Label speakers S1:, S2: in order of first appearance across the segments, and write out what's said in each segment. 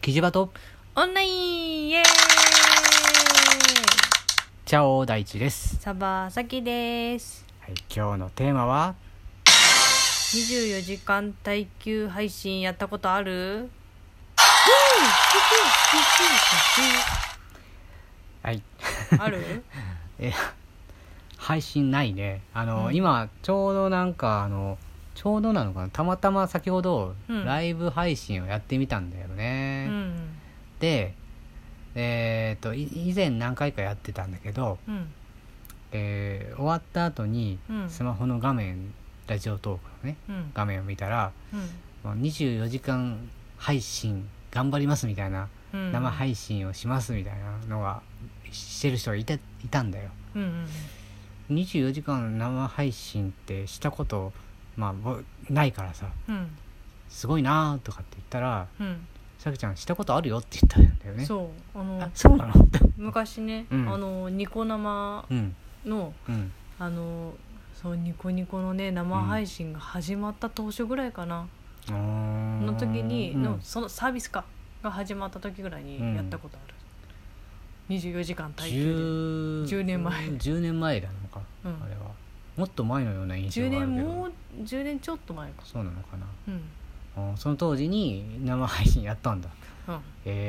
S1: キジバト
S2: オンラインイエーイ
S1: チャオ大地です、
S2: サバサキです
S1: はい、今日のテーマは
S2: 24時間耐久配信やったことある
S1: はい
S2: ある
S1: え配信ないねあの、
S2: うん
S1: 今ちょうどなんかあのちょうどなのかなたまたま先ほど
S2: うん
S1: ライブ配信をやってみたんだよ
S2: う
S1: ね、
S2: ん
S1: でえっとい以前何回かやってたんだけど、
S2: うん
S1: えー終わった後に
S2: うん
S1: スマホの画面ラジオトークのね
S2: うん
S1: 画面を見たら「もう24時間配信頑張ります」みたいな
S2: うん
S1: 生配信をしますみたいなのがしてる人がいたいたんだよ
S2: うんうん
S1: 24時間生配信ってしたことまあぼないからさ
S2: うん
S1: すごいなーとかって言ったら
S2: うん
S1: さきちゃんしたことあるよって言ったんだよねう
S2: そうあの
S1: あそうなの
S2: 昔ね、
S1: うん
S2: あのニコ生
S1: うん
S2: の
S1: うん
S2: あのそうニコニコのね生配信が始まった当初ぐらいかな、の
S1: の
S2: 時に
S1: う
S2: の、
S1: ん
S2: そのサービス化が始まった時ぐらいにやったことある、24時間耐久
S1: 10
S2: 10年前
S1: 10年前なのか
S2: で、う
S1: あれ
S2: ん、
S1: はもっと前のような印象
S2: 10
S1: がある
S2: 年
S1: けど
S2: もう10年ちょっと前か
S1: そうなのかな
S2: うん
S1: うんその当時に生配信やったんだ
S2: うん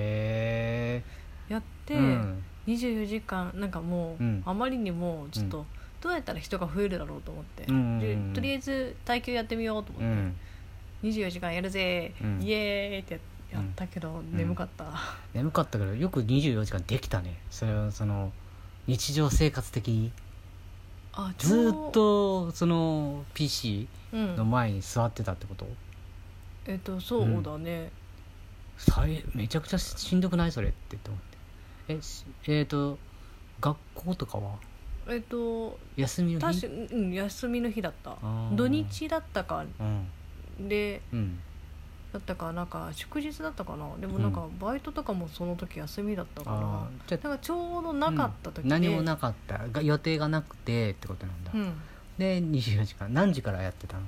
S1: へ
S2: やって、
S1: えうん
S2: 24時間なんかもう、
S1: うん
S2: あまりにもちょっと、どうやったら人が増えるだろうと思って、
S1: うん
S2: でとりあえず耐久やってみようと思っ
S1: う
S2: て、
S1: ん
S2: 24時間やるぜ、
S1: うん
S2: イエーイってやったけど、眠かった、
S1: 眠かったけどよく24時間できたねそれはその日常生活的に
S2: あち
S1: ず
S2: ょう
S1: ーっとその PC
S2: うん
S1: の前に座ってたってこと、
S2: えっ、とそうだね、
S1: さえめちゃくちゃしんどくないそれってって思ってえしえー、と学校とかは
S2: えっ、と
S1: 休みの
S2: 確か
S1: 日
S2: うん休みの日だった
S1: あー
S2: 土日だったか
S1: うん
S2: で
S1: うん
S2: だったかなんか祝日だったかなでもなんかバイトとかもその時休みだったから、
S1: あーじゃあ
S2: なんかちょうどなかった時で、
S1: うん何もなかったが予定がなくてってことなんだ、
S2: うん
S1: で24時間何時からやってたの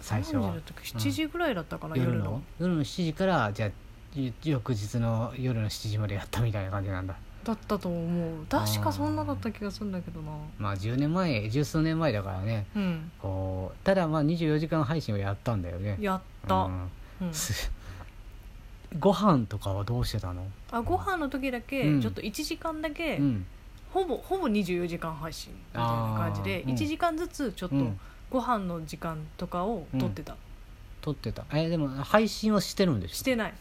S1: 最初は
S2: 何時だったっけ7時ぐらいだったかな、
S1: 夜
S2: 夜
S1: の
S2: の
S1: 夜の7時からじゃあゆ翌日の夜の7時までやったみたいな感じなんだ
S2: だったと思う確かそんなだった気がするんだけどな
S1: まあ10年前十数年前だからね
S2: うん
S1: こうただまあ24時間配信をやったんだよね
S2: やった、
S1: う
S2: うん
S1: んすご飯とかはどうしてたの
S2: あご飯の時だけ、
S1: うん
S2: ちょっと1時間だけ、
S1: うん
S2: ほぼほぼ24時間配信みたいな感じで
S1: あーうん
S2: 1時間ずつちょっと
S1: うん
S2: ご飯の時間とかを取ってた、
S1: 撮ってたえでも配信はしてるんでしょ
S2: してない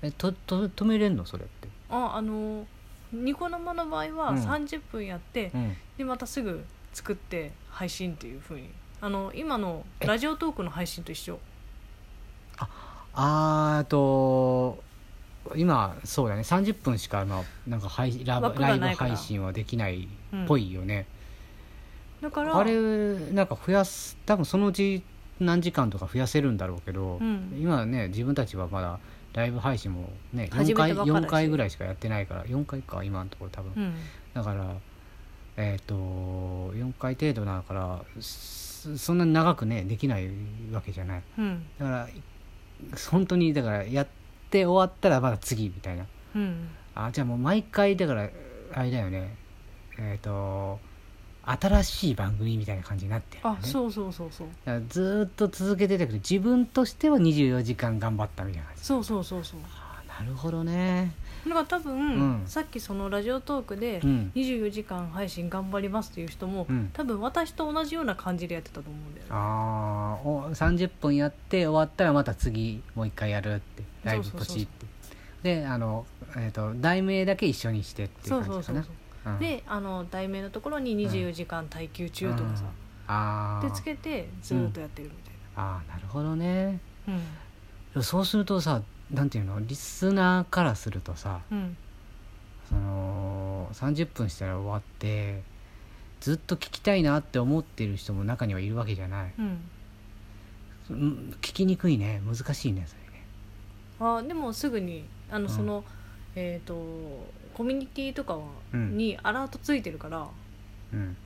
S1: えとと止めれんのそれって
S2: ああのニコ生の場合は
S1: うん
S2: 30分やって、
S1: うん
S2: でまたすぐ作って配信っていうふうにあの今のラジオトークの配信と一緒
S1: あーあと今そうだね30分しか、まあ、なんか配ラブ
S2: 枠が
S1: ライブ
S2: ないから
S1: 配信はできないっぽいよね、
S2: だから
S1: あれなんか増やす多分そのうち何時間とか増やせるんだろうけど、
S2: うん
S1: 今ね自分たちはまだライブ配信もね
S2: 始
S1: 4
S2: め
S1: 回
S2: たばっかだし
S1: 4回ぐらいしかやってないから4回か今のところ多分、
S2: うん
S1: だからえっ、と4回程度だからそそんなに長くねできないわけじゃない
S2: うん
S1: だからい本当にだからやって終わったらまだ次みたいな
S2: うん
S1: あじゃあもう毎回だからあれだよねえっ、と新しい番組みたいな感じになってるよ
S2: あ
S1: ね
S2: そうそうそうそう
S1: だからずーっと続けてたけど自分としては24時間頑張ったみたいな感じ
S2: そうそうそうそう
S1: あなるほどね
S2: だから多分、
S1: うん
S2: さっきそのラジオトークで
S1: うん
S2: 24時間配信頑張りますっていう人も、
S1: うん
S2: 多分私と同じような感じでやってたと思うんだよね
S1: ああ30分やって終わったらまた次もう一回やるってライブ
S2: そう
S1: ポ
S2: そうそうそう
S1: チってであの、えー、と題名だけ一緒にしてってい
S2: そううそ
S1: 感
S2: う
S1: じか
S2: そう
S1: な
S2: そう
S1: うん
S2: であの題名のところに24時間耐久中とかさ、
S1: うんあー
S2: でつけてずーっとやってるみたい
S1: あーなるほどね
S2: な
S1: でもそうするとさなんていうのリスナーからするとさ
S2: うん
S1: その30分したら終わってずっと聞きたいなって思ってる人も中にはいるわけじゃない、
S2: うん、
S1: うん、聞きにくいね難しいねそれね
S2: うん、あでもすぐにあ
S1: ん
S2: のその、えっ、とコミュニティとかは、
S1: うん
S2: にアラートついてるから
S1: うん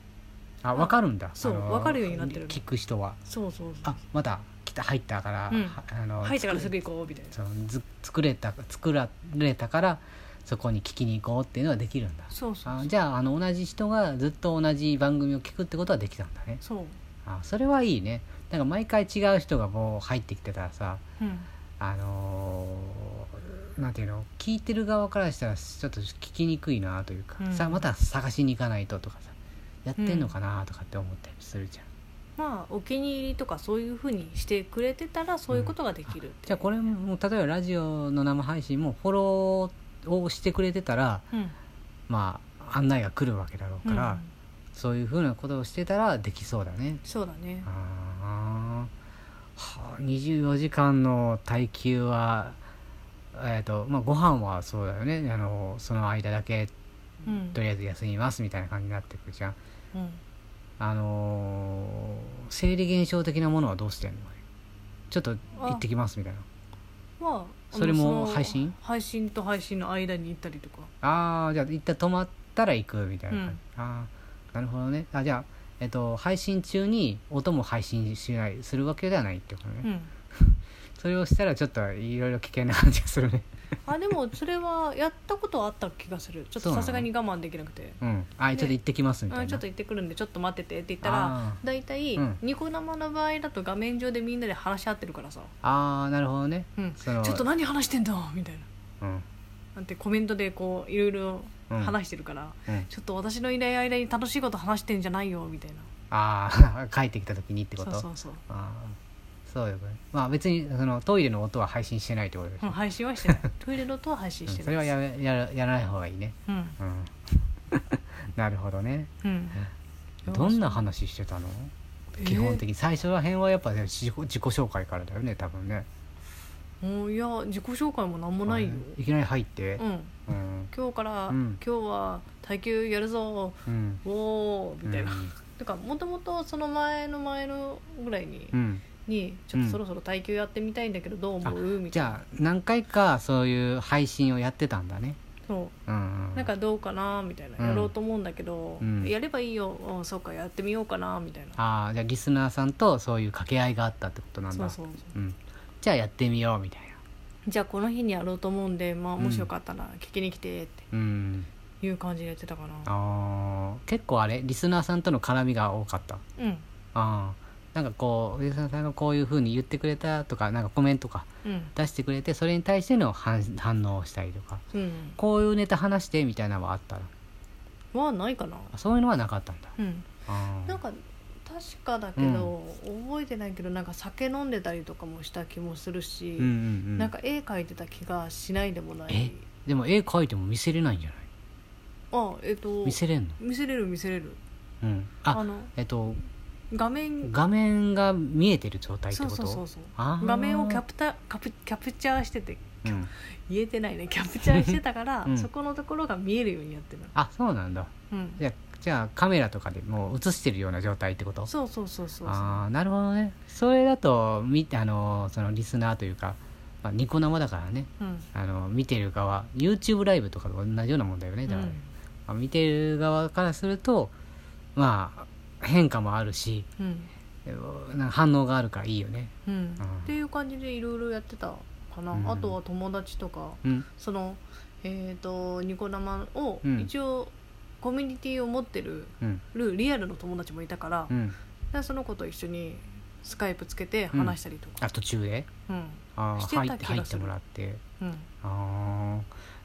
S1: あ分かるんだ
S2: そう
S1: あの
S2: わかるようになってる
S1: 聞く人は
S2: そうそうそう
S1: あまだ来た入ったから、
S2: うん
S1: はあの
S2: 入ったからす
S1: 作
S2: ぐ行こうみたいな
S1: そうず作れた作られたからそこに聞きに行こうっていうのはできるんだ
S2: そうそう
S1: あ
S2: そう
S1: じゃああの同じ人がずっと同じ番組を聞くってことはできたんだね
S2: そう
S1: あそれはいいねなんか毎回違う人がもう入ってきてたらさ
S2: うん
S1: あのーなんていうの聞いてる側からしたらちょっと聞きにくいなというか、
S2: うん
S1: さまた探しに行かないととかさやってんのかなとかって思ったりするじゃん、
S2: まあお気に入りとかそういうふうにしてくれてたらそういうことができるって
S1: じゃあこれも例えばラジオの生配信もフォローをしてくれてたら
S2: うん
S1: まあ案内が来るわけだろうから、
S2: うん
S1: そういうふうなことをしてたらできそうだね
S2: そうだね
S1: あーはあ24時間の耐久はえっ、とまあご飯はそうだよねあのその間だけ
S2: うん
S1: とりあえず休みますみたいな感じになってくるじゃん
S2: うん
S1: あのー生理現象的なものはどうしてんのちょっと行ってきますみたいな
S2: まああの
S1: それも
S2: の
S1: 配信
S2: 配信と配信の間に行ったりとか
S1: ああじゃあ一旦止まったら行くみたいな感じ、ああなるほどねあじゃあえっと配信中に音も配信しないするわけではないってことね、
S2: うん
S1: それをしたらちょっといろいろ危険な感じがするね
S2: あでもそれはやったことはあった気がするちょ
S1: そ
S2: っ
S1: う
S2: と
S1: なの
S2: さすがに我慢できなくて
S1: うんあちょっと行ってきますみたいな、
S2: うんちょっと行ってくるんでちょっと待っててって言ったら
S1: あ
S2: 大体
S1: うん
S2: ニコ生の場合だと画面上でみんなで話し合ってるからさ
S1: ーあーなるほどね
S2: 「うん、
S1: その
S2: ちょっと何話してんだ」みたいな
S1: うん
S2: なんてコメントでこういろいろ
S1: うん
S2: 話してるから、
S1: うん
S2: ちょっと私のいない間に楽しいこと話してんじゃないよみたいな
S1: ああ 帰ってきた時にってこ
S2: そ
S1: と
S2: うそうそう、
S1: ああそうよねまあ別にそのトイレの音は配信してないってことでし
S2: うん、
S1: ょ、
S2: 配信 はしてないトイレの音は配信
S1: うん
S2: して
S1: そ
S2: ない、
S1: れはやめやらやらない方がいいね
S2: うん
S1: うん なるほどね
S2: うん
S1: どんな話してたの基本的に最初ら辺はやっぱね自己自己紹介からだよね多分ね
S2: えーもういや自己紹介もなんもないよ、
S1: いきなり入って
S2: うん、
S1: うん
S2: 今日から、
S1: うん
S2: 今日は耐久やるぞ
S1: うん
S2: おーみたいな、
S1: うん
S2: だからもともとその前の前のぐらいに,、
S1: うん
S2: にちょっとそろそろ耐久やってみたいんだけどどう思うみ
S1: じ
S2: たいな
S1: ゃあ何回かそういう配信をやってたんだね
S2: そう
S1: うんう
S2: なんかどうかなみたいな、
S1: うん
S2: やろうと思うんだけど、
S1: うん
S2: やればいいよ、うん、そうかやってみようかなみたいな
S1: ああじゃあリスナーさんとそういう掛け合いがあったってことなんだ
S2: そうそうそう
S1: うん、じゃあやってみようみたい
S2: じゃあこの日にやろうと思うんで、まあ、
S1: うん
S2: もしよかったら聞きに来てっ
S1: なうん
S2: ていう感じでやってたかな、
S1: あー結構あれリスナーさんとの絡みが多かった
S2: うん
S1: あーなんかこうリスナーさんがこういうふうに言ってくれたとかなんかコメントとか
S2: うん
S1: 出してくれてそれに対しての反反応をしたりとか
S2: うん
S1: こういうネタ話してみたいなのはあったの
S2: はないかな
S1: あそういうのはなかったんだ
S2: うん
S1: あー
S2: なんか確かだけど、覚えてないけどなんか酒飲んでたりとかもした気もするし、
S1: うんうんうん
S2: なんか絵描いてた気がしないでもな
S1: え
S2: い
S1: でも絵描いても見せれないんじゃない
S2: あえっ、と
S1: 見せれんの、
S2: 見せれる見せれる
S1: うん、
S2: あ
S1: あ
S2: の
S1: えっと
S2: 画面
S1: 画面が見えてる状態って
S2: そ
S1: こ
S2: う
S1: と
S2: そうそうそう
S1: あー
S2: 画面をキャプタカプキャプチャーしてて
S1: うん
S2: 言えてないねキャプチャーしてたから、
S1: うん
S2: そこのところが見えるようになってる、
S1: あそうなんだ
S2: うん、
S1: じゃあじゃあカメラとかでもう映してるような状態ってこと
S2: そうそうそうそうそう
S1: ああなるほどねそれだとみあのそのリスナーというか、まあ、ニコ生だからね
S2: うん
S1: あの見てる側 YouTube ライブとかと同じようなもんだよねだから、まあ見てる側からするとまあ変化もあるし
S2: うん
S1: えーなんか反応があるからいいよね
S2: うん、うん
S1: うん
S2: っていう感じでいろいろやってたかな、
S1: うん
S2: あとは友達とか
S1: うん
S2: そのえっ、とニコ生を
S1: うん
S2: 一応コミュニティを持ってる
S1: うん
S2: るリアルの友達もいたから,、
S1: うん
S2: その子と一緒にスカイプつけて話したりとか、
S1: あ途中で
S2: うん
S1: あー
S2: してた
S1: 入
S2: 気
S1: っ
S2: が
S1: て
S2: する
S1: 入ってもらって
S2: うん
S1: あ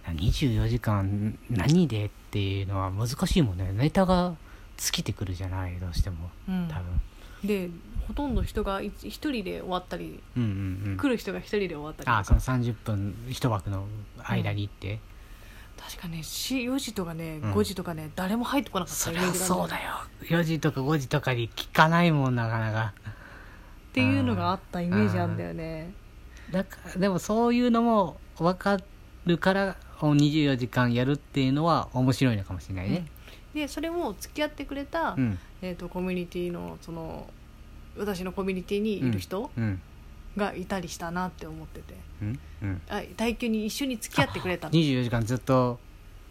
S1: あ24時間何でっていうのは難しいもんねネタが尽きてくるじゃないどうしても
S2: うん
S1: 多分、
S2: でほとんど人がい一人で終わったり
S1: うん、うんうん
S2: 来る人が一人で終わったりとか
S1: あその30分一枠の間に行って、
S2: 確かね4時とかね
S1: うん
S2: 5時とかね、誰も入ってこなかった
S1: そ
S2: イ
S1: り
S2: メー
S1: ゃ
S2: ジが
S1: そうだよ4時とか5時とかに聞かないもんなかなか
S2: っていうのがあったイメージあんだよね
S1: だからでもそういうのも分かるから24時間やるっていうのは面白いのかもしれないね
S2: でそれも付き合ってくれた、
S1: うん
S2: えー、とコミュニティのその私のコミュニティにいる人
S1: うん
S2: がいたりしたなって思ってて、
S1: うんうん
S2: あ耐久に一緒に付き合ってくれたの
S1: 24時間ずっと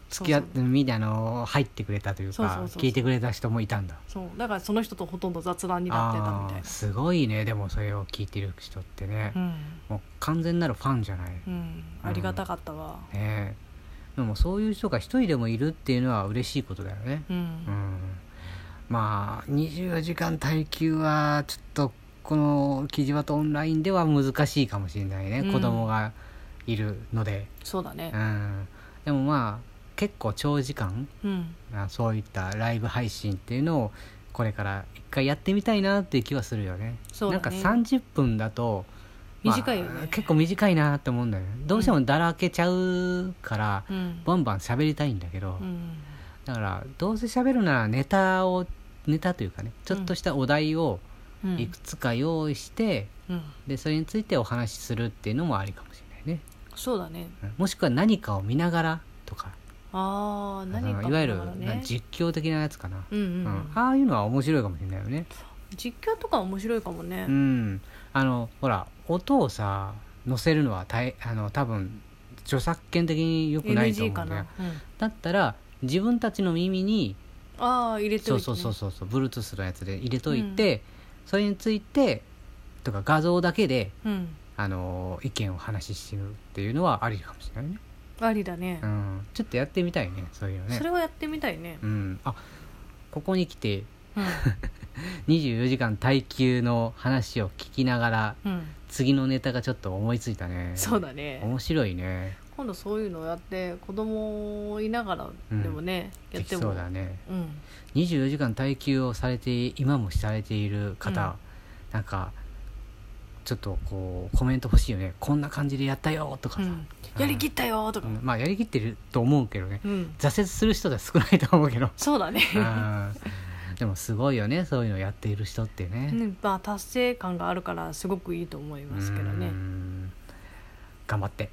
S1: 付き合ってみたいなのを入ってくれたという
S2: そうそう
S1: か
S2: そうそう
S1: 聞いてくれた人もいたんだ
S2: そうだからその人とほとんど雑談になってたみた
S1: あ
S2: い
S1: ーすごいねでもそれを聞いてる人ってね、
S2: な
S1: もう完全なるファンじゃない、ね
S2: うん、うん、ありがたかったわ
S1: えでもそういう人が一人でもいるっていうのは嬉しいことだよね
S2: うん、
S1: うんまあ24時間耐久はちょっとこのキジバトオンラインでは難しいかもしれないね、
S2: うん
S1: 子供がいるので、
S2: そうだね
S1: うん、でもまあ結構長時間
S2: うん
S1: あそういったライブ配信っていうのをこれから一回やってみたいなっていう気はするよね
S2: そうだね
S1: なんか30分だとまあ
S2: 短いよね
S1: 結構短いなって思うんだよねどうしてもだらけちゃうから、
S2: うん
S1: バンバン喋りたいんだけど、
S2: うん
S1: だからどうせ喋るならネタをネタというかねちょっとしたお題を
S2: うん
S1: いくつか用意して、
S2: うん
S1: でそれについてお話しするっていうのもありかもしれないね、
S2: そうだね
S1: うんもしくは何かを見ながらとか
S2: ああ何
S1: あ
S2: か
S1: のいわゆる
S2: だからね
S1: 実況的なやつかな、
S2: うんうん、
S1: うんああいうのは面白いかもしれないよね
S2: 実況とか面白いかもね、
S1: うんあのほら音をさ載せるのは大あの多分著作権的によくないと
S2: NG
S1: 思
S2: か
S1: うんだよ
S2: な、うん
S1: だったら自分たちの耳に
S2: ああ入れて
S1: そ
S2: お
S1: う
S2: いて、
S1: そ
S2: ね、
S1: うそうそうそう Bluetooth のやつで入れといて、それについてとか画像だけで
S2: うん
S1: あの意見を話ししてるっていうのはありかもしれないね、
S2: ありだね、
S1: うん、ちょっとやってみたいねそういうのね
S2: それはやってみたいね、
S1: うん、あここに来て
S2: うん
S1: 24時間耐久の話を聞きながら
S2: うん、
S1: 次のネタがちょっと思いついたね
S2: そうだね
S1: 面白いね
S2: 今度そういうのやって子供いながらでもね、や
S1: で
S2: っ
S1: き
S2: て
S1: そ
S2: も
S1: うだね
S2: うん、
S1: 24時間耐久をされて今もされている方、
S2: うん
S1: なんかちょっとこうコメント欲しいよねこんな感じでやったよとか
S2: う
S1: さ、
S2: ん、やりきったよーとか、
S1: うんまあやりきってると思うけどね
S2: うん、
S1: 挫折する人が少ないと思うけど
S2: そうだね
S1: うんでもすごいよねそういうのをやっている人ってね、
S2: ねまあ達成感があるからすごくいいと思いますけどね
S1: うーん頑張って